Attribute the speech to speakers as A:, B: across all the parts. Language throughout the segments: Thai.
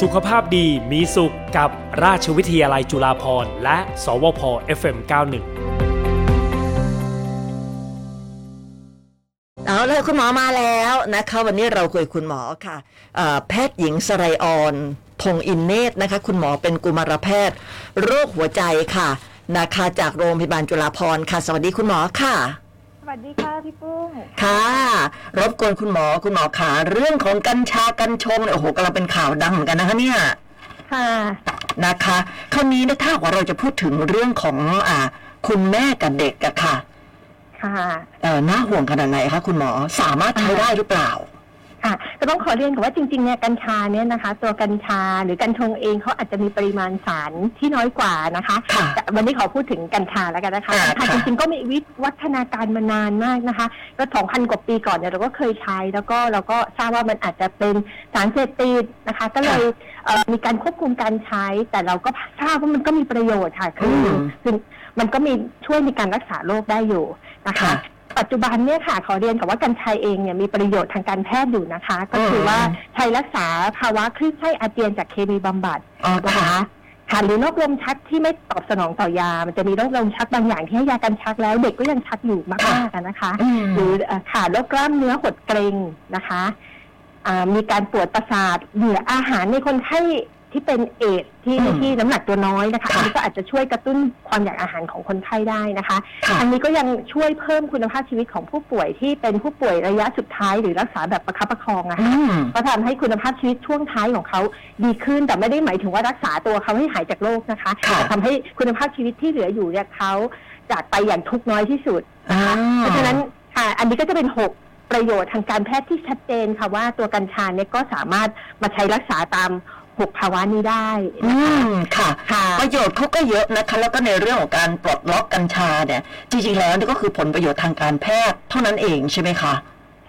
A: สุขภาพดีมีสุขกับราชวิทยาลัยจุฬาภรณ์และ สวพ FM91
B: เอาเลยคุณหมอมาแล้วนะคะวันนี้เราคุยกับคุณหมอค่ะเอ่อแพทย์หญิงสไรออน พงศ์อินเนตรนะคะ คุณหมอเป็นกุมารแพทย์ โรคหัวใจค่ะนะคะจากโรงพยาบาลจุฬาภรณ์ค่ะ สวัสดีคุณหมอค่ะ
C: สวัสดีค่ะพี่ปุ้ง
B: ค่ะ รบกวนคุณหมอคุณหมอขาเรื่องของกัญชากัญชงเนี่ยโอ้โหกำลังเป็นข่าวดังเหมือนกันนะคะเนี่ย
C: ค่ะ
B: นะคะคราวนี้เนยถ้าหากว่าเราจะพูดถึงเรื่องของอ่าคุณแม่กับเด็กอะค่ะ
C: ค่ะ
B: เอ่อน่าห่วงขนาดไหนคะคุณหมอสามารถใช้ได้หรือเปล่า
C: ค่ะก็ต้องขอเรียนกับว่าจริงๆเนี่ยกัญชาเนี่ยนะคะ ตัวกัญชาหรือกัญชงเองเขาอาจจะมีปริมาณสารที่น้อยกว่านะคะ
B: ค่ะ
C: แต่วันนี้ขอพูดถึงกัญชาแล้วกันนะคะ
B: อ่า
C: กัญชา
B: ค่ะ
C: จริงๆก็มีวิวัฒนาการมานานมากนะคะก็สองพันกว่าปีก่อนเนี่ยเราก็เคยใช้ แล้วก็เราก็ทราบว่ามันอาจจะเป็นสารเสพติดนะคะ ก็เลยเอ่อมีการควบคุมการใช้ แต่เราก็ทราบว่ามันก็มีประโยชน์ค่ะคืออ
B: ม
C: คือมันก็มีช่วยในการรักษาโรคได้อยู่ นะคะ
B: ค่ะ
C: ปัจจุบันเนี่ยค่ะขอเรียนกับว่ากัญชัยเองเนี่ยมีประโยชน์ทางการแพทย์อยู่นะคะ ก็คือ
B: เออ
C: ว่าใช้รักษาภาวะคลื่นไส้อาเจียนจากเคมีบำบัด
B: อ๋อ
C: นะ
B: ค่ะ
C: คะค่ะหรือโรคลมชักที่ไม่ตอบสนองต่อยา มันจะมีโรคลมชักบางอย่างที่ให้ยากันชักแล้วเด็กก็ยังชักอยู่มากๆอะนะคะ
B: อืม
C: หรือเอ่อขาดโรคกล้ามเนื้อหดเกรงนะคะอ่ามีการปวดประสาทเบื่ออาหารในคนไข้ที่เป็นเอดส์ที่
B: อืม
C: ที่น้ำหนักตัวน้อยนะคะ
B: ค่ะ
C: อันนี้ก็อาจจะช่วยกระตุ้นความอยากอาหารของคนไข้ได้นะคะ
B: ค่ะ
C: อันนี้ก็ยังช่วยเพิ่มคุณภาพชีวิตของผู้ป่วยที่เป็นผู้ป่วยระยะสุดท้ายหรือรักษาแบบประคับประคองอะ
B: อื
C: ค่ะ
B: ม
C: ก็ทำให้คุณภาพชีวิตช่วงท้ายของเขาดีขึ้นแต่ไม่ได้หมายถึงว่ารักษาตัวเขาให้หายจากโรคนะคะ
B: ค่ะ
C: แต่ทำให้คุณภาพชีวิตที่เหลืออยู่เนี่ยเขาจากไปอย่างทุกข์น้อยที่สุด
B: อ่
C: เพราะฉะนั้นค่ะอันนี้ก็จะเป็น 6 ประโยชน์ทางการแพทย์ที่ชัดเจนค่ะว่าตัวกัญชาเนี่ยก็สามารถมาใช้รักษาตาม 6 ภาวะนี้ได้
B: อืมค่ะ
C: ค่ะ
B: ประโยชน์เขาก็เยอะนะคะ แล้วก็ในเรื่องของการปลดล็อกกัญชาเนี่ย จริงๆแล้วนี่ก็คือผลประโยชน์ทางการแพทย์เท่านั้นเองใช่ไหมคะ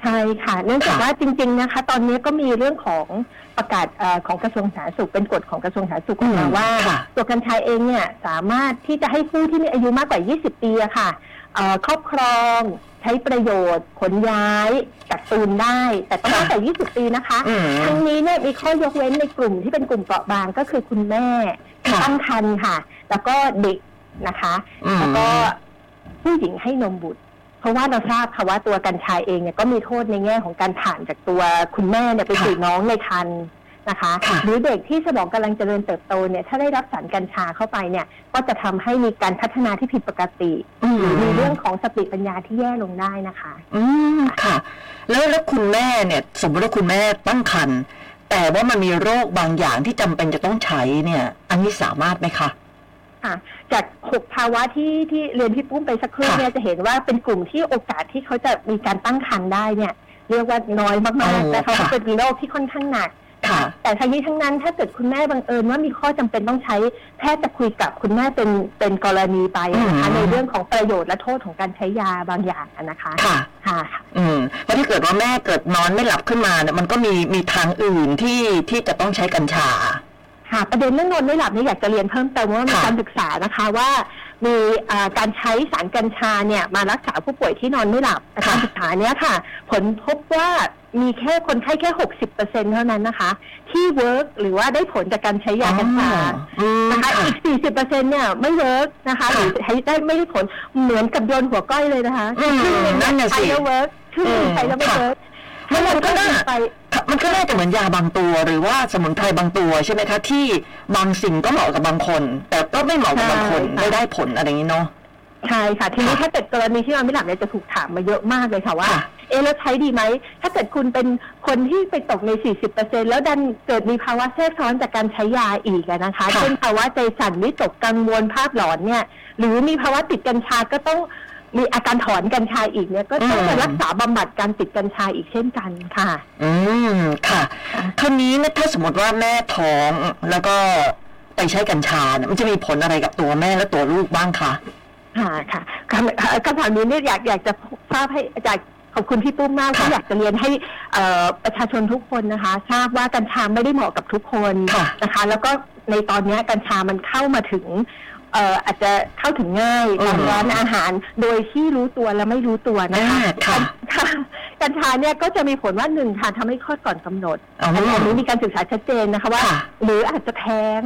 C: ใช่ค่ะ เนื่องจาก
B: ค่ะ
C: ว่าจริง ๆนะคะ ตอนนี้ก็มีเรื่องของประกาศเอ่อของกระทรวงสาธารณสุขเป็นกฎของกระทรวงสาธารณสุขออกมา
B: อืม
C: ว่า
B: ค่ะ
C: ตัวกัญชาเองเนี่ยสามารถที่จะให้ผู้ที่มีอายุมากกว่า 20 ปีอะค่ะเอ่อครอบครองใช้ประโยชน์ ขนย้ายกักตุนได้ แต่ต้อง
B: ค่ะ
C: ตั้งแต่ 20 ปีนะคะ
B: อืม
C: ทั้งนี้เนี่ยมีข้อยกเว้นในกลุ่มที่เป็นกลุ่มเปราะบางก็คือคุณแม่ที่
B: ค่ะ
C: ตั้งครรภ์ค่ะ แล้วก็เด็กนะคะ
B: อืม
C: แล้วก็ผู้หญิงให้นมบุตร เพราะว่าเราทราบค่ะว่าตัวกัญชาเองเนี่ยก็มีโทษในแง่ของการผ่านจากตัวคุณแม่เนี่ยไปสู่
B: ค่ะ
C: น้องในครรภ์นะคะ
B: ค่ะ
C: หรือเด็กที่สมองกำลังเจริญเติบโตเนี่ยถ้าได้รับสารกัญชาเข้าไปเนี่ย ก็จะทำให้มีการพัฒนาที่ผิดปกติหรือมีเรื่องของสติปัญญาที่แย่ลงได้นะคะ
B: อืมค่ะ แล้วแล้วคุณแม่เนี่ย สมมติว่าคุณแม่ตั้งครรภ์แต่ว่ามันมีโรคบางอย่างที่จำเป็นจะต้องใช้เนี่ย อันนี้สามารถไหมคะ
C: จากหกภาวะที่ที่เรียนพี่ปุ้มไปสักครู่
B: ค่ะ
C: เนี่ยจะเห็นว่าเป็นกลุ่มที่โอกาสที่เขาจะมีการตั้งครรภ์ได้เนี่ย เรียกว่าน้อยมาก
B: โอ้
C: ๆแต่เขาก็
B: ค่ะ
C: เป็นโรคที่ค่อนข้างหนัก
B: ค่ะ
C: แต่ทั้งนี้ทั้งนั้นถ้าเกิดคุณแม่บังเอิญว่ามีข้อจำเป็นต้องใช้แพทย์จะคุยกับคุณแม่เป็นเป็นกรณีไปนะคะ
B: อืม
C: ในเรื่องของประโยชน์และโทษของการใช้ยาบางอย่างอะนะคะ
B: ค่ะ
C: ค่ะ
B: อืมเพราะถ้าเกิดว่าแม่เกิดนอนไม่หลับขึ้นมาเนี่ยมันก็มีมีทางอื่นที่ที่จะต้องใช้กัญชา
C: ค่ะ ประเด็นเรื่องนอนไม่หลับเนี่ยอยากจะเรียนเพิ่มเติมว่ามี
B: ค่ะ
C: การศึกษานะคะว่ามีเอ่อการใช้สารกัญชาเนี่ยมารักษาผู้ป่วยที่นอนไม่หลับแต่การศึกษาเนี้ยค่ะ ผลพบว่ามีแค่คนไข้แค่หกสิบเปอร์เซ็นเท่านั้นนะคะ ที่เวิร์กหรือว่าได้ผลจากการใช้ยากัญชา
B: อืม
C: นะคะ
B: ค่ะ
C: อีก 40เปอร์เซ็นเนี่ยไม่เวิร์กนะคะห
B: ค่ะ
C: รือใช้ได้ไม่ได้ผลเหมือนกับโยนหัวก้อยเลยนะคะ
B: อืม
C: ครึ่งหนึง
B: นั่นน่ะ
C: ใช้
B: สิ
C: แล้วเวิร์กครึ่งหนึงใช้แล้วไม่
B: ค่ะ
C: เวิร์ก
B: มัน
C: เรา
B: ก็น่า
C: ไป
B: ค่ะมันก็ได้แต่เหมือนยาบางตัว หรือว่าสมุนไพรบางตัวใช่ไหมคะ ที่บางสิ่งก็เหมาะกับบางคน แต่ก็ไม่เหมาะกับบางคน
C: ใช่ค่ะ
B: ไม่ได้ผลอะไรอย่างนี้เนาะ
C: ใช่ค่ะ ทีนี้
B: ค่ะ
C: ถ้าเกิดกรณีที่นอนไม่หลับเนี่ยจะถูกถามมาเยอะมากเลยค่ะว่า
B: ค่ะ
C: เอะแล้วใช้ดีไหม ถ้าเกิดคุณเป็นคนที่ไปตกใน 40เปอร์เซ็นแล้วดันเกิดมีภาวะแทรกซ้อนจากการใช้ยาอีกอะนะคะ
B: ค่ะ
C: เช่นภาวะใจสั่นวิตกกังวลภาพหลอนเนี่ย หรือมีภาวะติดกัญชาก็ต้องมีอาการถอนกัญชาอีกเนี่ยก็ต้องไปรักษาบำบัดการติดกัญชาอีกเช่นกันค่ะ
B: อืมค่ะ
C: ค่ะ
B: คราวนี้เนะถ้าสมมติว่าแม่ท้องแล้วก็ไปใช้กัญชาเนี่ยมันจะมีผลอะไรกับตัวแม่และตัวลูกบ้างคะ
C: ค่ะค่ะคำเอ่อคำถามนี้เนี่ยอยากอยากจะทราบให้อยากขอบคุณพี่ปุ้มมาก
B: ค่ะ
C: ที่อยากจะเรียนให้เอ่อประชาชนทุกคนนะคะ ทราบว่ากัญชาไม่ได้เหมาะกับทุกคน
B: ค่ะ
C: นะคะ แล้วก็ในตอนเนี้ยกัญชามันเข้ามาถึงเอ่ออาจจะเข้าถึงง่ายตามร้านอาหาร โดยที่รู้ตัวและไม่รู้ตัวนะ
B: อ่า
C: คะ
B: ค่ะ
C: ค่ะ กัญชาเนี่ยก็จะมีผลว่าหนึ่งค่ะทำให้คลอดก่อนกำหนด
B: อ๋อ
C: อันนี้มีการศึกษาชัดเจนนะคะว่า
B: ค่ะ
C: หรืออาจจะแท้ง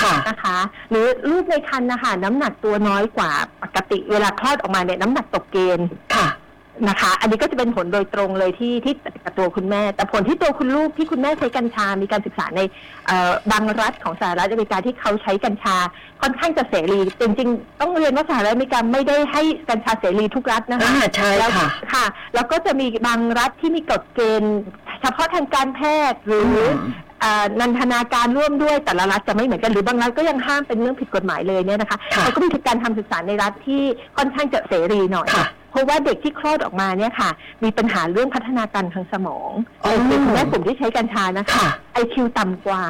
B: ค่ะ
C: นะคะ หรือลูกในครรภ์นะคะน้ำหนักตัวน้อยกว่าปกติเวลาคลอดออกมาเนี่ยน้ำหนักตกเกณฑ์
B: ค่ะ
C: นะคะ อันนี้ก็จะเป็นผลโดยตรงเลยที่ที่กับตัวคุณแม่ แต่ผลที่ตัวคุณลูกที่คุณแม่ใช้กัญชา มีการศึกษาในเอ่อบางรัฐของสหรัฐอเมริกาที่เขาใช้กัญชาค่อนข้างจะเสรีจริงๆ ต้องเรียนว่าสหรัฐอเมริกาไม่ได้ให้กัญชาเสรีทุกรัฐนะคะ
B: อ่าใช่
C: แล้ว
B: ค่ะ
C: ค่ะ แล้วก็จะมีบางรัฐที่มีกฎเกณฑ์เฉพาะทางการแพทย์หรืออ
B: ม
C: เอ่อนันทนาการร่วมด้วยแต่ละรัฐจะไม่เหมือนกันหรือบางรัฐก็ยังห้ามเป็นเรื่องผิดกฎหมายเลยเนี่ยนะคะ
B: ค่ะ
C: แล้วก็มีการทำศึกษาในรัฐที่ค่อนข้างจะเสรีหน่อย
B: ค่ะ
C: เพราะว่าเด็กที่คลอดออกมาเนี่ยค่ะ มีปัญหาเรื่องพัฒนาการทางสมอง
B: อ๋อ
C: เป็นคุณแม่กลุ่มที่ใช้กัญชานะคะ
B: ค่ะ
C: IQ ต่ำกว่า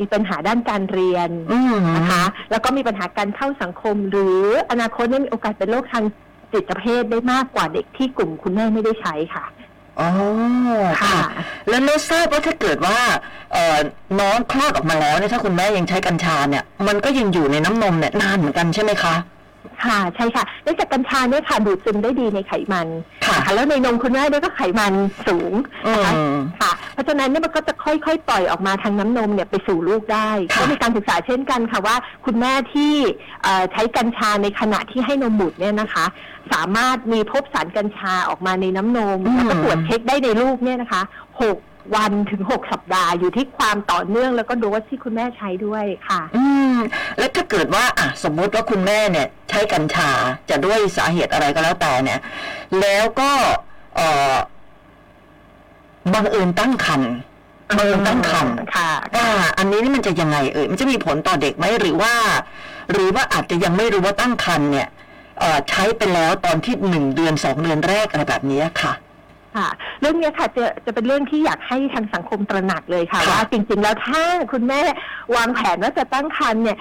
C: มีปัญหาด้านการเรียน
B: อืม
C: นะคะ แล้วก็มีปัญหาการเข้าสังคม หรืออนาคตเนี่ยมีโอกาสเป็นโรคทางจิตเภทได้มากกว่าเด็กที่กลุ่มคุณแม่ไม่ได้ใช้ค่ะ
B: อ๋อ
C: ค่ะ
B: ค่ะ แล้วเราทราบว่าถ้าเกิดว่าเอ่อน้องคลอดออกมาแล้วเนี่ยถ้าคุณแม่ยังใช้กัญชาเนี่ย มันก็ยังอยู่ในน้ำนมเนี่ยนานเหมือนกันใช่ไหมคะ
C: ค่ะ ใช่ค่ะเนื่องจากกัญชาเนี่ยค่ะดูดซึมได้ดีในไขมัน
B: ค่ะ
C: ค่ะแล้วในนมคุณแม่ด้วยก็ไขมันสูง
B: อื
C: นะคะ
B: ม
C: ค่ะ เพราะฉะนั้นเนี่ยมันก็จะค่อยๆ ปล่อยออกมาทางน้ำนมเนี่ยไปสู่ลูกได้
B: ค่ะ
C: ก็มีการศึกษาเช่นกันค่ะว่า คุณแม่ที่เอ่อใช้กัญชาในขณะที่ให้นมบุตรเนี่ยนะคะ สามารถมีพบสารกัญชาออกมาในน้ำนมแล้วก็ตรวจเช็คได้ในลูกเนี่ยนะคะหกวันถึงหกสัปดาห์อยู่ที่ความต่อเนื่องแล้วก็โดสที่คุณแม่ใช้ด้วยค่ะ
B: อืม แล้วถ้าเกิดว่าอ่ะสมมุติว่าคุณแม่เนี่ย ใช้กัญชาจะด้วยสาเหตุอะไรก็แล้วแต่เนี่ย แล้วก็เอ่อบังเอิญตั้งครรภ์บังเอิญตั้งครรภ์
C: ค่ะ
B: อ่าอันนี้นี่มันจะยังไงเอ่ยมันจะมีผลต่อเด็กไหมหรือว่า หรือว่าอาจจะยังไม่รู้ว่าตั้งครรภ์เนี่ยเอ่อใช้ไปแล้วตอนที่หนึ่งเดือนสองเดือนแรกอะไรแบบนี้ค่ะ
C: ค่ะเรื่องเนี้ยค่ะจะจะเป็นเรื่องที่อยากให้ทางสังคมตระหนักเลยค่ะ
B: ค่ะ
C: ว่าจริงๆแล้วถ้าคุณแม่วางแผนว่าจะตั้งครรภ์เนี่ย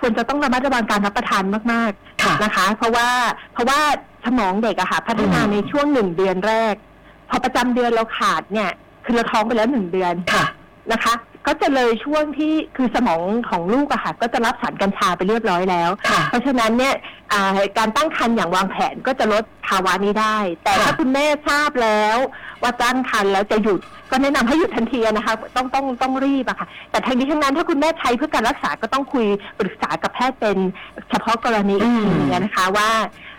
C: ควรจะต้องระมัดระวังการรับประทานมาก
B: ค่ะ
C: ๆนะคะ เพราะว่าเพราะว่าสมองเด็กอะค่ะ พัฒนา
B: อืม
C: ในช่วงหนึ่งเดือนแรก พอประจำเดือนเราขาดเนี่ยคือเราท้องไปแล้วหนึ่งเดือน
B: ค่ะ
C: นะคะ ก็จะเลยช่วงที่คือสมองของลูกอะค่ะ ก็จะรับสารกัญชาไปเรียบร้อยแล้ว
B: ค่ะ
C: เพราะฉะนั้นเนี่ยอ่าการตั้งครรภ์อย่างวางแผนก็จะลดภาวะนี้ได้ แต่
B: ค่ะ
C: ถ้าคุณแม่ทราบแล้ว ว่าตั้งครรภ์แล้วจะหยุดก็แนะนำให้หยุดทันทีนะคะ ต้องต้องต้องรีบอะค่ะ แต่ทั้งนี้ทั้งนั้นถ้าคุณแม่ใช้เพื่อการรักษาก็ต้องคุยปรึกษากับแพทย์เป็นเฉพาะกรณี
B: อื
C: อีก
B: ม
C: ทีนึงนะคะว่า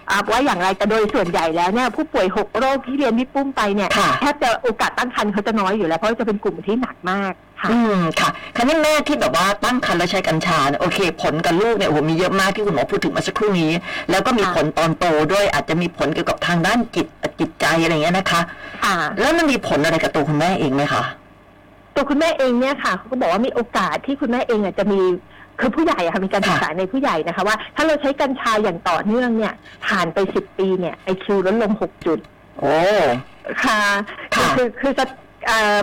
C: อ่าว่าอย่างไรแต่โดยส่วนใหญ่แล้วเนี่ยผู้ป่วยหกโรคที่เรียนพี่ปุ้มไปเนี่ย
B: ค่ะ
C: แทบจะโอกาสตั้งครรภ์เขาจะน้อยอยู่แล้วเพราะว่าจะเป็นกลุ่มที่หนักมากค่ะ
B: อืมค่ะคราวนี้แม่ที่แบบว่าตั้งครรภ์แล้วใช้กัญชาเนี่ยโอเค ผลกับลูกเนี่ยโอ้โหมีเยอะมากที่คุณหมอพูดถึงมาสักครู่นี้ แล้วก็มี
C: ค่ะ
B: ผลตอนโตด้วยอาจจะมีผลเกี่ยวกับทางด้านจิตจิตใจอะไรอย่างเงี้ยนะคะ
C: ค่ะ
B: แล้วมันมีผลอะไรกับตัวคุณแม่เองไหมคะ
C: ตัวคุณแม่เองเนี่ยค่ะเขาก็บอกว่ามีโอกาสที่คุณแม่เองอาจจะมีคือผู้ใหญ่อะค่ะมีการศึกษาในผู้ใหญ่นะคะ ว่า ถ้าเราใช้กัญชาอย่างต่อเนื่องเนี่ยผ่านไปสิบปีเนี่ยไอคิวลดลงหกจุด
B: โอ้
C: ค่ะคือ
B: ค่ะ
C: คือคือสตเอ่อ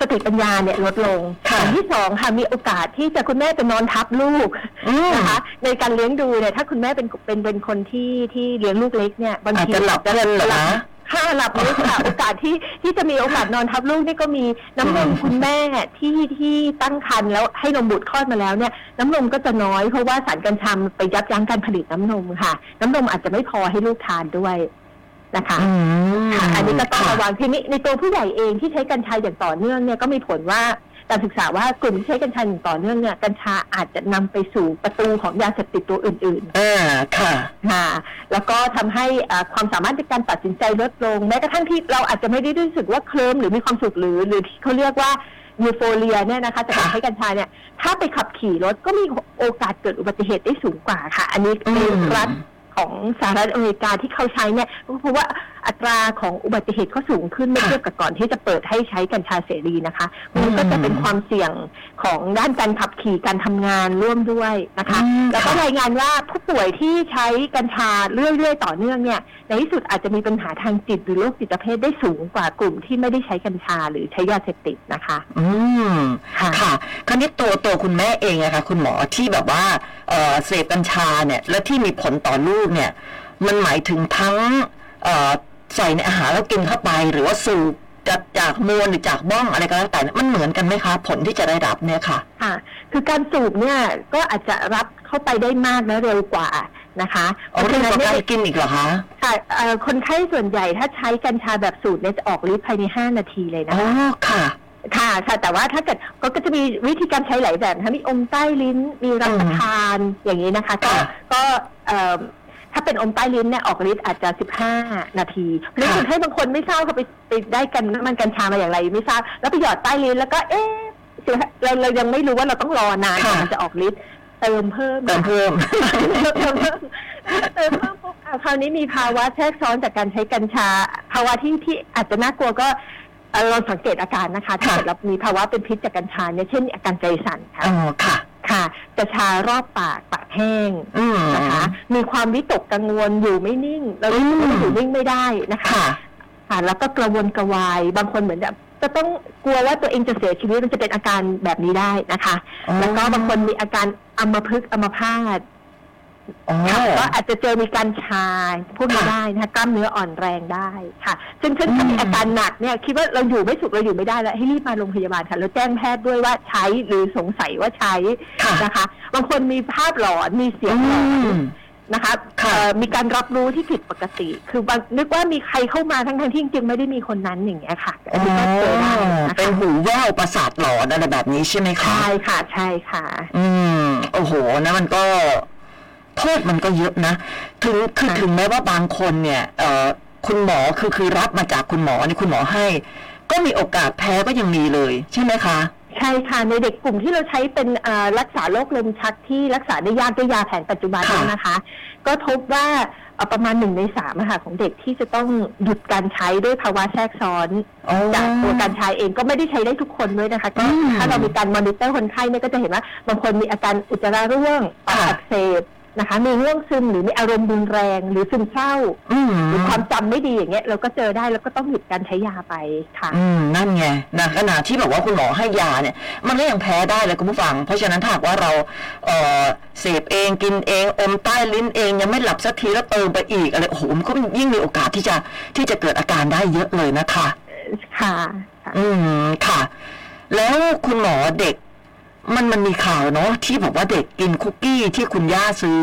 C: สติปัญญาเนี่ยลดลง
B: ค่ะ
C: อย่างที่สองค่ะมีโอกาสที่จะคุณแม่จะนอนทับลูก
B: อืม
C: นะคะในการเลี้ยงดูเนี่ยถ้าคุณแม่เป็นเป็นเป็นคนที่ที่เลี้ยงลูกเล็กเนี่ยบาง
B: อาจ
C: ที
B: จะหลับเพลินเหรอคะ
C: ค่ะหลับลึก ค่ะ โอกาสที่ที่จะมีโอกาสนอนทับลูกนี่ก็มีน้ำนมคุณแม่ที่ที่ตั้งครรภ์แล้วให้นมบุตรคลอดมาแล้วเนี่ย น้ำนมก็จะน้อยเพราะว่าสารกัญชามันไปยับยั้งการผลิตน้ำนมค่ะ น้ำนมอาจจะไม่พอให้ลูกทานด้วยนะคะ
B: อืม
C: ค่ะอันนี้ก็ต้อง
B: ค่ะ
C: ระวังทีนี้ในตัวผู้ใหญ่เองที่ใช้กัญชาอย่างต่อเนื่องเนี่ยก็มีผลว่าการศึกษาว่ากลุ่มที่ใช้กัญชาอย่างต่อเนื่องเนี่ยกัญชาอาจจะนำไปสู่ประตูของยาเสพติดตัวอื่น
B: อ่าค่ะ
C: ๆค่ะแล้วก็ทำให้อ่าความสามารถในการตัดสินใจลดลงแม้กระทั่งที่เราอาจจะไม่ได้รู้สึกว่าเคลิ้มหรือมีความสุขหรือหรือที่เขาเรียกว่ายูโฟเรียเนี่ยนะคะจากการ
B: ค่ะ
C: ใช้กัญชาเนี่ยถ้าไปขับขี่รถก็มีโอกาสเกิดอุบัติเหตุได้สูงกว่าค่ะ อันนี้ใน
B: อืม
C: รัฐ ของสหรัฐอเมริกาที่เขาใช้เนี่ยก็เพราะว่าอัตราของอุบัติเหตุก็สูงขึ้นเมื่อ
B: ค่ะ
C: เทียบกับก่อนที่จะเปิดให้ใช้กัญชาเสรีนะคะมันก็จะเป็นความเสี่ยงของด้านการขับขี่การทำงานร่วมด้วยนะคะ
B: อืม
C: แล้วก็
B: ค่ะ
C: รายงานว่าผู้ป่วยที่ใช้กัญชาเรื่อยๆต่อเนื่องเนี่ยในที่สุดอาจจะมีปัญหาทางจิตหรือโรคจิตเภทได้สูงกว่ากลุ่มที่ไม่ได้ใช้กัญชาหรือใช้ยาเสพติดนะคะ
B: อืม
C: ค่ะ
B: ค่ะ คราวนี้ตัวตัวคุณแม่เองอะค่ะ คุณหมอที่แบบว่าเอ่อเสพกัญชาเนี่ย และที่มีผลต่อลูกเนี่ย มันหมายถึงทั้งเอ่อใส่ในอาหารแล้วกินเข้าไป หรือว่าสูบจากจากมวลหรือจากบ้องอะไรก็แล้วแต่เนี่ยมันเหมือนกันไหมคะ ผลที่จะได้รับเนี่ยค่ะ
C: ค่ะ คือการสูบเนี่ยก็อาจจะรับเข้าไปได้มากและเร็วกว่า นะคะ
B: อ๋อเรื่องของ
C: ย
B: การกินอีกเหรอคะ
C: ค่ะเอ่อคนไข้ส่วนใหญ่ถ้าใช้กัญชาแบบสูตรเนี่ยจะออกฤทธิ์ภายใน 5 นาทีเลย
B: อ๋
C: น
B: อ
C: ะคะ
B: ค่ะ
C: ค่ะค่ะแต่ว่าถ้าเกิดก็ก็จะมีวิธีการใช้หลายแบบนะคะมีอมใต้ลิ้นมีรับประทานอย่างนี้นะคะ ก็
B: ค่ะ
C: ก็เอ่อถ้าเป็นอมใต้ลิ้นเนี่ยออกฤทธิ์อาจจะ 15 นาทีหรือ
B: ค่ะ
C: คนไข้บางคนไม่ทราบเขาไปไปได้กันน้ำมันกัญชามาอย่างไรไม่ทราบแล้วไปหยอดใต้ลิ้นแล้วก็เอ๊ะ15เราเรายังไม่รู้ว่าเราต้องรอนานกว่ามันจะออกฤทธิ์เติมเพิ่ม
B: เติม
C: ค่ะ
B: เพิ่ม
C: เออเพิ่มปุ๊บอ่ะคราวนี้มีภาวะแทรกซ้อนจากการใช้กัญชา ภาวะที่ที่อาจจะน่ากลัวก็เอ่อลองสังเกตอาการนะคะ
B: ค่ะ
C: ถ้าเกิดเรามีภาวะเป็นพิษจากกัญชาเนี่ยเช่นอาการใจสั่นค่ะ
B: อ๋อค่ะ
C: ค่ะจะชารอบปากปากแห้ง
B: อืม
C: นะคะ มีความวิตกกังวลอยู่ไม่นิ่งเรา
B: อืม
C: อยู่นิ่งไม่ได้นะคะ
B: ค่ะ
C: ค่ะแล้วก็กระวนกระวายบางคนเหมือนแบบจะต้องกลัวว่าตัวเองจะเสียชีวิตมันจะเป็นอาการแบบนี้ได้นะคะ
B: อ๋อ
C: แล้วก็บางคนมีอาการอัมพฤกษ์อัมพาต
B: อ๋อ
C: ค่ะก็อาจจะเจอมีการชาพวกนี้
B: ค่ะ
C: ได้นะคะกล้ามเนื้ออ่อนแรงได้ค่ะจนถ้ามี
B: อืม
C: อาการหนักเนี่ยคิดว่าเราอยู่ไม่สุขเราอยู่ไม่ได้แล้วให้รีบมาโรงพยาบาลค่ะแล้วแจ้งแพทย์ด้วยว่าใช้หรือสงสัยว่าใช้
B: ค่ะ
C: นะคะ บางคนมีภาพหลอนมีเสีย
B: อื
C: งหลอน
B: ม
C: นะคะ
B: ค่ะ
C: เอ่อมีการรับรู้ที่ผิดปกติ คือบางนึกว่ามีใครเข้ามาทั้งทที่จริงๆไม่ได้มีคนนั้นอย่างเงี้ยค่ะอั
B: อ๋
C: น
B: อ
C: นี้ก็เจอได้นะ
B: เป็น
C: คะ
B: หูแว่วประสาทหลอนอะไรแบบนี้ใช่ไหมคะ
C: ใช่ค่ะใช่ค่ะ
B: อืม โอ้โห นะมันก็โทษมันก็เยอะนะ ถึงคือ
C: ค่ะ
B: ถึงแม้ว่าบางคนเนี่ย เอ่อ คุณหมอคือคือรับมาจากคุณหมอนี่คุณหมอให้ ก็มีโอกาสแพ้ก็ยังมีเลย ใช่ไหมคะ
C: ใช่ค่ะในเด็กกลุ่มที่เราใช้เป็นเอ่อรักษาโรคลมชักที่รักษาได้ยากด้วยยาแผนปัจจุบัน
B: ค่ะ
C: เนี่ยนะคะ ก็พบว่าเอ่อประมาณหนึ่งในสามอะค่ะของเด็กที่จะต้องหยุดการใช้ด้วยภาวะแทรกซ้อน
B: โอ้
C: จากตัวการใช้เองก็ไม่ได้ใช้ได้ทุกคนด้วยนะคะก็
B: อืม
C: ถ้าเรามีการมอนิเตอร์คนไข้เนี่ยก็จะเห็นว่าบางคนมีอาการอุจจาระร่วงปาก
B: ค่ะ
C: อักเสบนะคะ มีง่วงซึมหรือมีอารมณ์รุนแรง หรือซึมเศร้า
B: อืม
C: หรือความจำไม่ดีอย่างเงี้ยเราก็เจอได้แล้วก็ต้องหยุดการใช้ยาไปค่ะ
B: อืม นั่นไงนะขณะที่แบบว่าคุณหมอให้ยาเนี่ย มันก็ยังแพ้ได้เลยคุณผู้ฟัง เพราะฉะนั้นถ้าหากว่าเรา เอ่อ เสพเองกินเองอมใต้ลิ้นเองยังไม่หลับสักทีแล้วเติมไปอีกอะไร โอ้โห มันก็ยิ่งมีโอกาสที่จะที่จะเกิดอาการได้เยอะเลยนะคะ
C: ค่ะค่ะ
B: อืมค่ะ แล้วคุณหมอเด็ก มันมันมีข่าวเนาะที่บอกว่าเด็กกินคุกกี้ที่คุณย่าซื้อ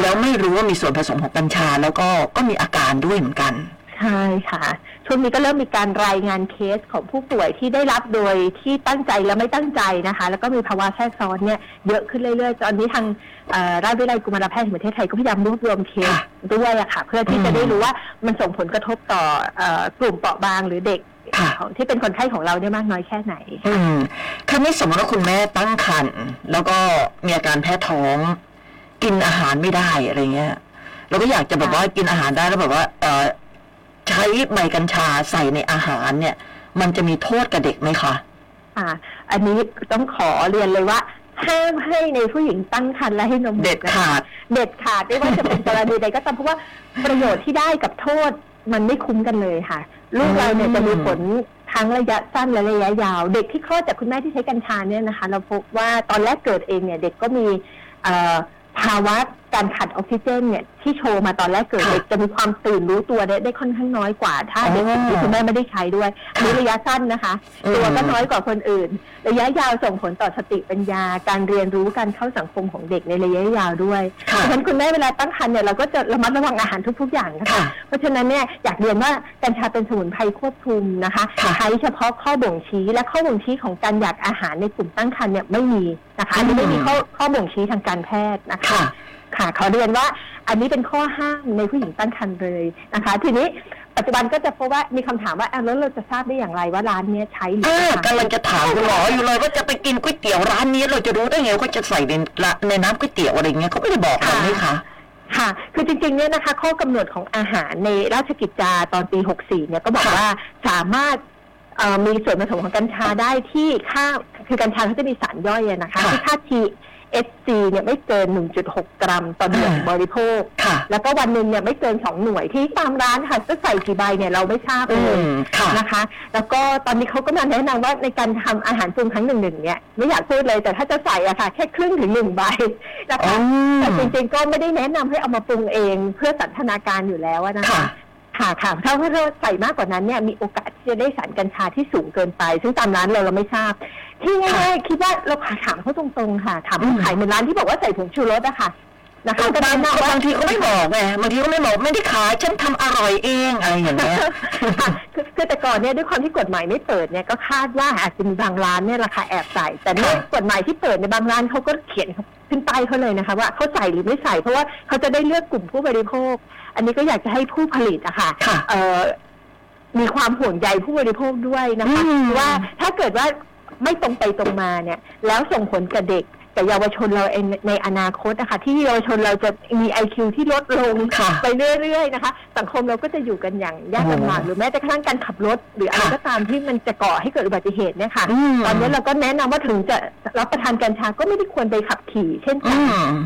B: แล้วไม่รู้ว่ามีส่วนผสมของกัญชา แล้วก็ก็มีอาการด้วยเหมือนกัน
C: ใช่ค่ะ ช่วงนี้ก็เริ่มมีการรายงานเคสของผู้ป่วยที่ได้รับโดยที่ตั้งใจและไม่ตั้งใจนะคะ แล้วก็มีภาวะแทรกซ้อนเนี่ยเยอะขึ้นเรื่อยๆ ตอนนี้ทางเอ่อราชวิทยาลัยกุมารแพทย์แห่งประเทศไทยก็พยายามรวบรวมเคส
B: ค่ะ
C: ด้วยอะค่ะ เพื่อที่
B: อื
C: จะ
B: ม
C: ได้รู้ว่ามันส่งผลกระทบต่อเอ่อกลุ่มเปราะบางหรือเด็ก
B: ค่ะ
C: ของที่เป็นคนไข้ของเราเนี่ยมากน้อยแค่ไหน
B: อืมคันนี้สมมติว่าคุณแม่ตั้งครรภ์แล้วก็มีอาการแพ้ท้อง กินอาหารไม่ได้อะไรเงี้ยเราก็อยากจะแบบว่ากินอาหารได้แล้วแบบว่า เออใช้ใบกัญชาใส่ในอาหารเนี่ย มันจะมีโทษกับเด็กไหมคะ
C: อ่า อันนี้ต้องขอเรียนเลยว่าห้ามให้ในผู้หญิงตั้งครรภ์และให้นม
B: เด็ด
C: บุตรนะคะ
B: ขาด
C: เด็ดขาดไม่ว่าจะเป็นกรณีใดก็ตามเพราะว่าประโยชน์ที่ได้กับโทษมันไม่คุ้มกันเลยค่ะ ลูกเราเนี่ย
B: อืม
C: จะมีผลทั้งระยะสั้นและระยะยาว เด็กที่คลอดจากคุณแม่ที่ใช้กัญชาเนี่ยนะคะ เราพบว่าตอนแรกเกิดเองเนี่ย เด็กก็มีเอ่อภาวะการขาดออกซิเจนเนี่ยที่โชว์มาตอนแรกเกิดเด็กจะมีความตื่นรู้ตัวได้ได้ค่อนข้างน้อยกว่า ถ้าเด็กที่คุณแม่ไม่ได้ใช้ด้วยอันนี้ระยะสั้นนะคะ ตัวก็น้อยกว่าคนอื่น ระยะยาวส่งผลต่อสติปัญญา การเรียนรู้การเข้าสังคมของเด็กในระยะยาวด้วย เพ
B: ค่ะ
C: ราะฉะนั้นคุณแม่เวลาตั้งครรภ์เนี่ยเราก็จะระมัดระวังอาหารทุก ๆ อย่างนะคะ
B: ค่ะ
C: เพราะฉะนั้นเนี่ยอยากเรียนว่ากัญชาเป็นสมุนไพรควบคุมนะคะ
B: ค่ะ
C: ใช้เฉพาะข้อบ่งชี้และข้อบ่งชี้ของการอยากอาหารในกลุ่มตั้งครรภ์เนี่ยไม่มีนะคะอันนี้ไม่มี
B: อืม
C: ข้อข้อบ่งชี้ทางการแพทย์นะคะ
B: ค่ะ
C: ค่ะขอเรียนว่าอันนี้เป็นข้อห้ามในผู้หญิงตั้งครรภ์เลยนะคะ ทีนี้ปัจจุบันก็จะพบว่ามีคำถามว่าอ่ะแล้วเราจะทราบได้อย่างไรว่าร้านเนี้ยใช้หรือ
B: เอ
C: ไม่
B: อ
C: ใช้
B: กำลังจะถามคุณหมออยู่เลยว่าจะไปกินก๋วยเตี๋ยวร้านนี้เราจะรู้ได้ไงว่าจะใส่ในละในน้ำก๋วยเตี๋ยวอะไรเงี้ยเขาไม่ได้บอกเรานี่คะ
C: ค่ะ คือจริงๆ เนี่ยนะคะ ข้อกำหนดของอาหารในราชกิจจาตอนปี 64 เนี่ยก็บอก
B: ค่ะ
C: ว่าสามารถเอ่อมีส่วนผสมของกัญชาได้ที่ค่า คือกัญชาเขาจะมีสารย่อยอะนะคะ
B: ค่ะ
C: ที่ค่า THC เนี่ยไม่เกิน 1.6 กรัมต่อหน่วย
B: อ่า
C: บริโภค
B: ค่ะ
C: แล้วก็วันหนึ่งเนี่ยไม่เกิน 2 หน่วยที่ตามร้านค่ะจะใส่กี่ใบเนี่ยเราไม่ทราบ
B: อื
C: เลย
B: มค่ะ
C: นะคะ แล้วก็ตอนนี้เขาก็มาแนะนำว่าในการทำอาหารปรุงครั้งหนึ่งๆเนี่ยไม่อยากพูดเลยแต่ถ้าจะใส่อะค่ะ แค่ครึ่งถึงหนึ่งใบนะ
B: อ๋
C: คะ
B: อ
C: แต่จริงๆก็ไม่ได้แนะนำให้เอามาปรุงเองเพื่อสันทนาการอยู่แล้วอะนะ
B: ค่ะ
C: คะ ค่ะค่ะถ้าเราใส่มากกว่านั้นเนี่ยมีโอกาสที่จะได้สารกัญชาที่สูงเกินไป ซึ่งตามร้านเราเราไม่ทราบ ที่ง่ายๆคิดว่าเราถามเขาตรงๆค่ะ ถาม
B: อืม
C: ผู้ขายเหมือนร้านที่บอกว่าใส่ผงชูรสอะค่ะ นะคะ
B: บาง
C: แนะนำว่
B: บางทีเขาไม่บอกไงบางทีเขาไม่บอกไม่ได้ขายฉันทำอร่อยเองอะไรอย่างเงี้ย
C: ค่ะคือ คือแต่ก่อนเนี่ยด้วยความที่กฎหมายไม่เปิดเนี่ยก็คาดว่าอาจจะมีบางร้านเนี่ยราคาแอบใส่ แต่เนื่อง
B: ค่ะ
C: กฎหมายที่เปิดในยบางร้านเขาก็เขียนขึ้นป้ายเขาเลยนะคะ ว่าเขาใส่หรือไม่ใส่เพราะว่าเขาจะได้เลือกกลุ่มผู้บริโภค อันนี้ก็อยากจะให้ผู้ผลิตอะค่ะ
B: ค่ะ
C: เอ่อมีความห่วงใยผู้บริโภคด้วยนะคะ
B: อืม
C: ว่าถ้าเกิดว่าไม่ตรงไปตรงมาเนี่ย แล้วส่งผลกับเด็กกับเยาวชนเราเองในอนาคตนะคะที่เยาวชนเราจะมี IQ ที่ลดลง
B: ค่ะ
C: ไปเรื่อยๆนะคะ สังคมเราก็จะอยู่กันอย่างยากลำบาก
B: อืม
C: หรือแม้แต่กระทั่งการขับรถ หรืออะไร
B: ค่ะ
C: ก็ตามที่มันจะก่อให้เกิดอุบัติเหตุเนี่ยค่ะ
B: อืม
C: ตอนนี้เราก็แนะนำว่าถึงจะรับประทานกัญชาก็ไม่ได้ควรไปขับขี่เช่นกั
B: อื
C: น
B: ม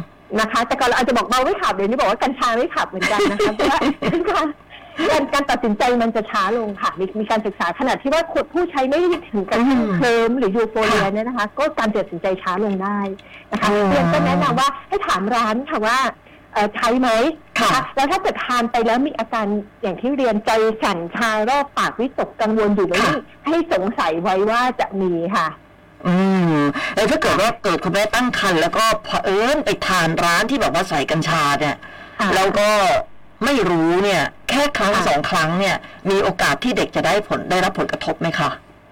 C: นะคะแต่ก่อนเราอาจจะบอกเบาไม่ขับเดี๋ยวนี้บอกว่ากัญชาไม่ขับเหมือนกัน นะคะเพราะว่าการการตัดสินใจมันจะช้าลงค่ะ มีมีการศึกษาขนาดที่ว่าคนผู้ใช้ไม่ถึงกับ
B: อืม
C: เคลิมหรือยูโฟเรียเนี่ยนะคะ ก็การตัดสินใจช้าลงได้นะคะ
B: อืม
C: เพื่อนก็แนะนำว่าให้ถามร้านค่ะว่าเอ่อใช้ไหม
B: ค่ะ
C: นแล้วถ้าเกิดทานไปแล้วมีอาการอย่างที่เรียนใจสั่นชารอบปากวิตกกังวลอยู่ไหมให้สงสัยไว้ว่าจะมีค่ะ
B: อืมแล้วถ้าเกิดว่าเกิดคุณแม่ตั้งครรภ์แล้วก็เผอิญไปทานร้านที่แบบว่าใส่กัญชาเนี่ย
C: ค่ะ
B: แล้วก็ไม่รู้เนี่ย แค่ครั้ง
C: ค่ะ
B: สองครั้งเนี่ย มีโอกาสที่เด็กจะได้ผลได้รับผลกระทบไหมคะ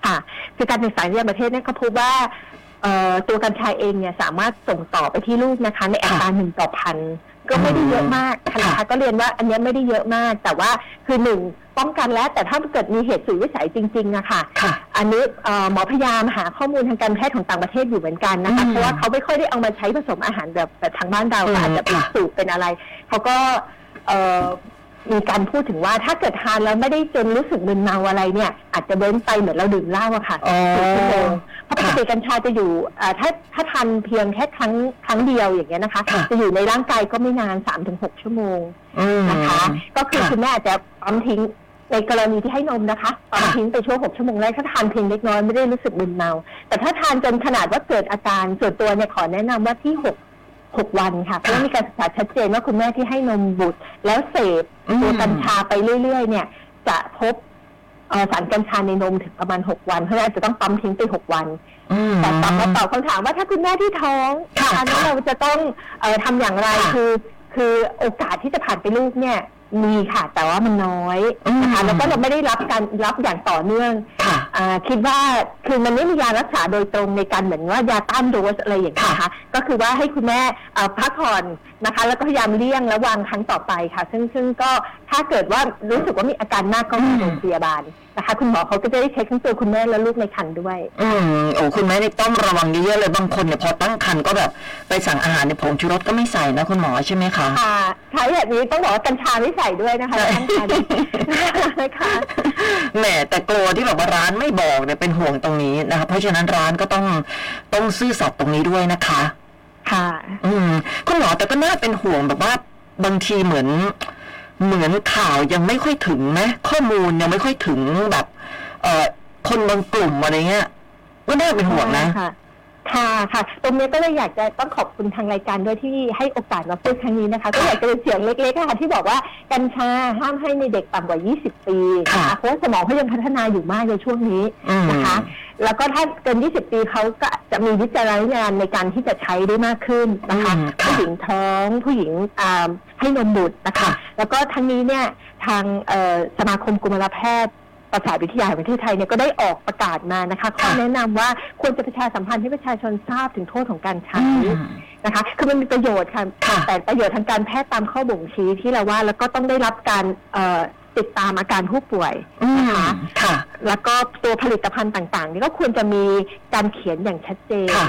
C: ค่ะคือการศึกษาในต่างประเทศเนี่ยเขาพบว่าเอ่อตัวกัญชาเองเนี่ยสามารถส่งต่อไปที่ลูกนะคะ ในอัตราหนึ่งต่อพันก็ไม่ได้เยอะมาก
B: ค่ะ
C: นะคะก็เรียนว่าอันเนี้ยไม่ได้เยอะมาก แต่ว่าคือหนึ่งป้องกันแล้ว แต่ถ้าเกิดมีเหตุสุดวิสัยจริงๆนะคะ
B: ค่ะ
C: อันนี้เอ่อหมอพยายามหาข้อมูลทางการแพทย์ของต่างประเทศอยู่เหมือนกันนะคะ
B: อืม
C: เพราะว่าเขาไม่ค่อยได้เอามาใช้ผสมอาหารแบบแบบทางบ้านเรา
B: อืม
C: อาจจะเป็น
B: ค่ะ
C: สูตรเป็นอะไรเขาก็เอ่อ มีการพูดถึงว่าถ้าเกิดทานแล้วไม่ได้จนรู้สึกมึนเมาอะไรเนี่ย อาจจะเว้นไปเหมือนเราดื่มเหล้าอะค่ะ
B: อ๋อ
C: หนึ่งชั่วโมงเพราะปก
B: ค่ะ
C: ติกัญชาจะอยู่อ่าถ้าถ้าทานเพียงแค่ครั้งครั้งเดียวอย่างเงี้ยนะคะ
B: ค่ะ
C: จะอยู่ในร่างกายก็ไม่นาน3าถึงหชั่วโมง
B: อืม
C: นะคะ ก็คือ
B: ค่ะ
C: คุณแม่อาจจะปั๊มทิ้งในกรณีที่ให้นมนะคะปั๊ม
B: ค่ะ
C: ทิ้งไปช่วงหกชั่วโมงแรกถ้าทานเพียงเล็กน้อยไม่ได้รู้สึกมึนเมา แต่ถ้าทานจนขนาดว่าเกิดอาการส่วนตัวเนี่ยขอแนะนำว่าที่หกหกวันค่ะเพราะว่ามีการศึกษาชัดเจนว่าคุณแม่ที่ให้นมบุตรแล้วเสพ
B: อืม
C: ตัวกัญชาไปเรื่อย ๆ เนี่ย จะพบเอ่อสารกัญชาในนมถึงประมาณ 6 วัน เพราะฉะนั้นอาจจะต้องปั๊มทิ้งไป 6 วัน แต่กลับมาตอบคำถามว่าถ้าคุณแม่ที่ท้อง
B: ค่ะ
C: อันนั้นเราจะต้องเออทำอย่างไร
B: ค่ะ
C: คือ คือโอกาสที่จะผ่านไปลูกเนี่ย มีค่ะ แต่ว่ามันน้อยนะคะ
B: อืม
C: แล้วก็เราไม่ได้รับการรับอย่างต่อเนื่อง
B: ค่ะ
C: อ่าคิดว่าคือมันไม่มียารักษาโดยตรงในการเหมือนว่ายาต้านโดสอะไรอย่างเงี้ยนะคะก็คือว่าให้คุณแม่เอ่อพักผ่อนนะคะ แล้วก็พยายามเลี่ยงและวางครั้งต่อไปค่ะ ซึ่งซึ่งก็ถ้าเกิดว่ารู้สึกว่ามีอาการมากก็
B: อื
C: มาม โรงพยาบาลนะคะ คุณหมอเขาก็จะได้เช็คทั้งตัวคุณแม่และลูกในครรภ์ด้วย
B: อืมโอ้คุณแม่นี่ต้องระวังเยอะๆเลยบางคนเนี่ยพอตั้งครรภ์ก็แบบไปสั่งอาหารเนี่ยผงชูรสก็ไม่ใส่นะคุณหมอใช่ไหมคะ
C: ค่ะใช้แบบนี้ต้องบอกว่ากัญชาไม่ใส่ด้วยนะคะในตั้งครรภ์ นะคะ
B: แหมแต่กลัวที่แบบว่าร้านไม่บอกเนี่ยเป็นห่วงตรงนี้นะคะ เพราะฉะนั้นร้านก็ต้องต้องซื่อสัตย์ตรงนี้ด้วยนะคะ
C: ค่ะ
B: อืมคุณหมอแต่ก็น่าเป็นห่วงแบบว่าบางทีเหมือน เหมือนข่าวยังไม่ค่อยถึงไหมข้อมูลยังไม่ค่อยถึงแบบ เอ่อคนบางกลุ่มอะไรเงี้ยก็น่าเป็นห่วงนะ
C: ค่ะ ค่ะค่ะ ตรงนี้ก็เลยอยากจะต้องขอบคุณทางรายการด้วยที่ให้โอกาสมาพูดครั้งนี้นะคะ ก็อยากจะเป็นเสียงเล็กๆอะค่ะที่บอกว่ากัญชาห้ามให้ในเด็กต่ำกว่า 20 ปี
B: ค่ะ
C: เพราะว่าสมองเขายังพัฒนาอยู่มากในช่วงนี้นะคะ
B: อืม
C: แล้วก็ถ้าเกิน 20 ปีเขาก็จะมีวิจารณญาณในการที่จะใช้ได้มากขึ้นนะคะ
B: อืมค่ะ
C: ผู้หญิงท้องผู้หญิงอ่าให้นมบุตรนะคะ
B: ค่ะ
C: แล้วก็ทั้งนี้เนี่ยทางเอ่อสมาคมกุมารแพทย์ ประสาทวิทยาแห่งประเทศไทยเนี่ยก็ได้ออกประกาศมานะคะข้อแนะนำว่าควรจะประชาสัมพันธ์ให้ประชาชนทราบถึงโทษของการใช้
B: อืม
C: นะคะ คือมันมีประโยชน์ค่ะ
B: ค่ะ
C: แต่ประโยชน์ทางการแพทย์ตามข้อบ่งชี้ที่เราว่าแล้วก็ต้องได้รับการเอ่อติดตามอาการผู้ป่วย
B: อืม
C: นะคะ
B: ค่ะ
C: แล้วก็ตัวผลิตภัณฑ์ต่างๆนี่ก็ควรจะมีการเขียนอย่างชัดเจน
B: ค่ะ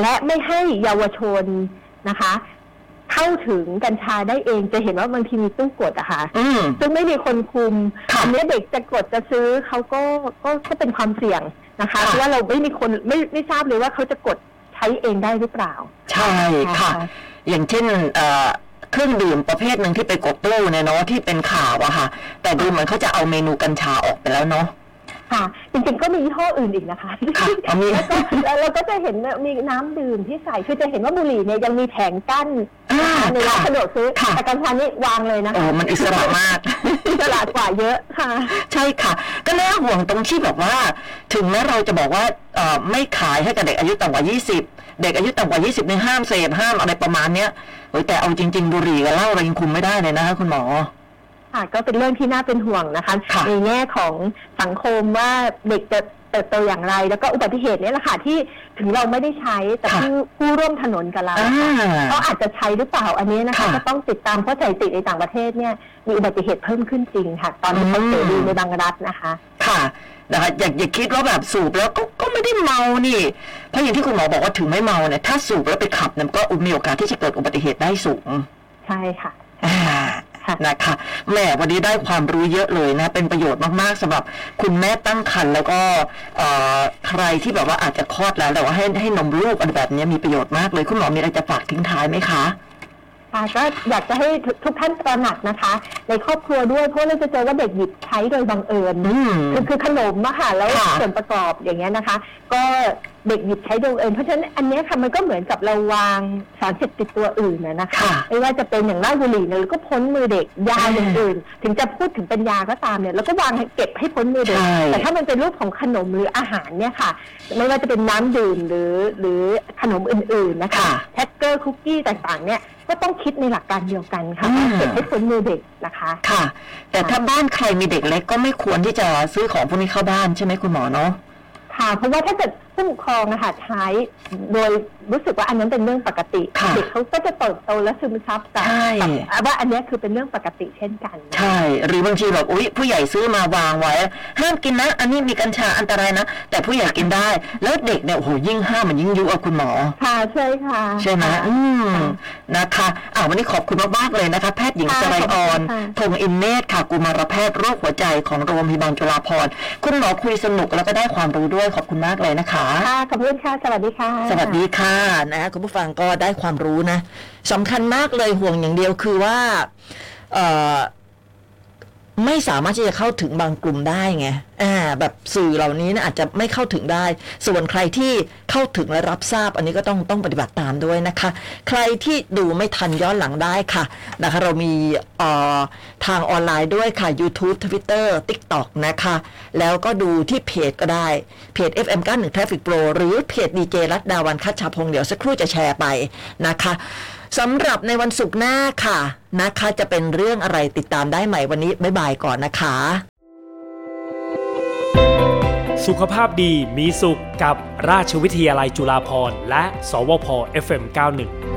C: และไม่ให้เยาวชนนะคะ เข้าถึงกัญชาได้เองจะเห็นว่าบางทีมีตู้กดอะค่ะ
B: อืม
C: ซึ่งไม่มีคนคุม
B: ค่ะ
C: อันเนี้ยเด็กจะกดจะซื้อเขาก็ก็ก็เป็นความเสี่ยงนะคะ
B: ค่ะ
C: เพราะว่าเราไม่มีคนไม่ไม่ทราบเลยว่าเขาจะกดใช้เองได้หรือเปล่า
B: ใช่ค่ะ
C: ค่ะ
B: อย่างเช่นเอ่อเครื่องดื่มประเภทหนึ่งที่ไปกดตู้เนี่ยเนาะที่เป็นข่าวอะค่ะ แต่ดูเหมือนเขาจะเอาเมนูกัญชาออกไปแล้วเนาะ
C: ค่ะ จริงๆก็มียี่ห้ออื่นอีกนะคะ
B: ค่ะเอามี
C: แล้วก็แล้วเราก็จะเห็นมีน้ำดื่มที่ใส่คือจะเห็นว่าบุหรี่เนี่ยยังมีแผงกั้น
B: อ่า
C: ในร้าน
B: ค่ะ
C: สะดวกซื้อ
B: ค่ะ
C: แต่กัญชานี่วางเลยนะ
B: โอ้
C: คะ
B: มันอิสระมาก
C: ฉลาดกว่าเยอะค่ะ
B: ใช่ค่ะ ก็น่าห่วงตรงที่แบบว่า ถึงแม้เราจะบอกว่าเอ่อไม่ขายให้กับเด็กอายุต่ำกว่า 20 เด็กอายุต่ำกว่า 20เนี่ยห้ามเสพห้ามอะไรประมาณเนี้ยโอ้ยแต่เอาจริง ๆ บุหรี่กับเหล้าเรายังคุมไม่ได้เลยนะคะคุณหมอ
C: ค่ะก็เป็นเรื่องที่น่าเป็นห่วงนะคะ
B: ค่ะ
C: ในแง่ของสังคมว่าเด็กจะเติบโตอย่างไร แล้วก็อุบัติเหตุเนี่ยแหละค่ะที่ถึงเราไม่ได้ใช้แต่
B: ค่ะ
C: ผู้ผู้ร่วมถนนกับเรา
B: อ่า
C: เขาอาจจะใช้หรือเปล่าอันนี้นะคะ
B: ค่ะ
C: ก็ต้องติดตามเพราะสถิติในต่างประเทศเนี่ยมีอุบัติเหตุเพิ่มขึ้นจริงค่ะ ตอนนี้เขา
B: อืม
C: เสรีในบางรัฐนะคะ
B: ค่ะนะคะอย่าอย่าคิดว่าแบบสูบแล้วก็ก็ไม่ได้เมานี่ เพราะอย่างที่คุณหมอบอกว่าถึงไม่เมาเนี่ยถ้าสูบแล้วไปขับเนี่ยมันก็มีโอกาสที่จะเกิดอุบัติเหตุได้สูง
C: ใช่ค่ะ
B: อ่า
C: ค่ะ
B: นะคะแหมวันนี้ได้ความรู้เยอะเลยนะ เป็นประโยชน์มากๆสำหรับคุณแม่ตั้งครรภ์แล้วก็เอ่อใครที่แบบว่าอาจจะคลอดแล้วแต่ว่าให้ให้นมลูกอะไรแบบนี้มีประโยชน์มากเลยคุณหมอมีอะไรจะฝากทิ้งท้ายไหมคะ
C: ค่ะก็อยากจะให้ทุกทุกท่านตระหนักนะคะ ในครอบครัวด้วยเพราะเราจะเจอว่าเด็กหยิบใช้โดยบังเอิญ
B: อืม
C: คือคือขนมอะค่ะแล้ว
B: ค่ะ
C: ส่วนประกอบอย่างเงี้ยนะคะ ก็เด็กหยิบใช้โดยเอิญเพราะฉะนั้นอันเนี้ยค่ะมันก็เหมือนกับเราวางสารเสพติดตัวอื่นนะนะคะ
B: ค่ะ
C: ไม่ว่าจะเป็นอย่างเหล้าบุหรี่เนี่ยเราก็พ้นมือเด็กยา
B: อ่า
C: อย่างอื่น ถึงจะพูดถึงเป็นยาก็ตามเนี่ยเราก็วางให้เก็บให้พ้นมือเด็ก
B: ใช่
C: แต่ถ้ามันเป็นรูปของขนมหรืออาหารเนี่ยค่ะ ไม่ว่าจะเป็นน้ำดื่มหรือหรือขนมอื่นๆนะคะ
B: ค่ะ
C: แท็กเกอร์คุกกี้ต่างๆเนี่ยก็ต้องคิดในหลักการเดียวกันค่ะ
B: อ่า
C: เก็บให้พ้นมือเด็กนะคะ
B: ค่ะ แต่ถ้าบ้านใครมีเด็กเล็กก็ไม่ควรที่จะซื้อของพวกนี้เข้าบ้านใช่ไหมคุณหมอเนาะ
C: ค่ะเพราะว่าถ้าเกิดผู้ปกครองนะคะใช้โดยรู้สึกว่าอันนั้นเป็นเรื่องปกติ
B: ค่ะ
C: เด็กเขาก็จะเติบโตและซึมซับจาก
B: ใช่
C: กับว่าอันเนี้ยคือเป็นเรื่องปกติเช่นกันนะคะ
B: ใช่ หรือบางทีแบบอุ๊ยผู้ใหญ่ซื้อมาวางไว้ ห้ามกินนะ อันนี้มีกัญชาอันตรายนะ แต่ผู้ใหญ่กินได้ แล้วเด็กเนี่ยโอ้โหยิ่งห้ามมันยิ่งยุอะคุณหมอ
C: ค่ะใช่ค่ะ
B: ใช่ไหม
C: ค่ะ
B: อืม นะคะ อ่าวันนี้ขอบคุณมาก ๆ เลยนะคะ แพทย์หญิง
C: ค่ะ
B: สไลออน
C: ขอบคุณค่ะ
B: ธงอินเนตค่ะ กุมารแพทย์โรคหัวใจของโรงพยาบาลจุฬาภรณ์คุณหมอคุยสนุกแล้วก็ได้ความรู้ด้วย ขอบคุณมากเลยนะคะ
C: ค่ะขอบคุณค่ะ สวัสดีค่ะ
B: สวัสดีค่ะนะคุณผู้ฟังก็ได้ความรู้นะสำคัญมากเลยห่วงอย่างเดียวคือว่าเอ่อไม่สามารถที่จะเข้าถึงบางกลุ่มได้ไงอ่าแบบสื่อเหล่านี้นะอาจจะไม่เข้าถึงได้ ส่วนใครที่เข้าถึงและรับทราบ อันนี้ก็ต้องต้องปฏิบัติตามด้วยนะคะ ใครที่ดูไม่ทันย้อนหลังได้ค่ะนะคะ เรามีเอ่อทางออนไลน์ด้วยค่ะ YouTube Twitter TikTok นะคะ แล้วก็ดูที่เพจก็ได้ เพจ FM 91 Traffic Pro หรือเพจดีเจรัตดาวันคัชชาพงศ์เดี๋ยวสักครู่จะแชร์ไปนะคะสำหรับในวันศุกร์หน้าค่ะนะคะ จะเป็นเรื่องอะไรติดตามได้ใหม่วันนี้ บ๊ายบายก่อนนะคะ
A: สุขภาพดีมีสุขกับราชวิทยาลัยจุฬาภรณ์และ สวพ FM91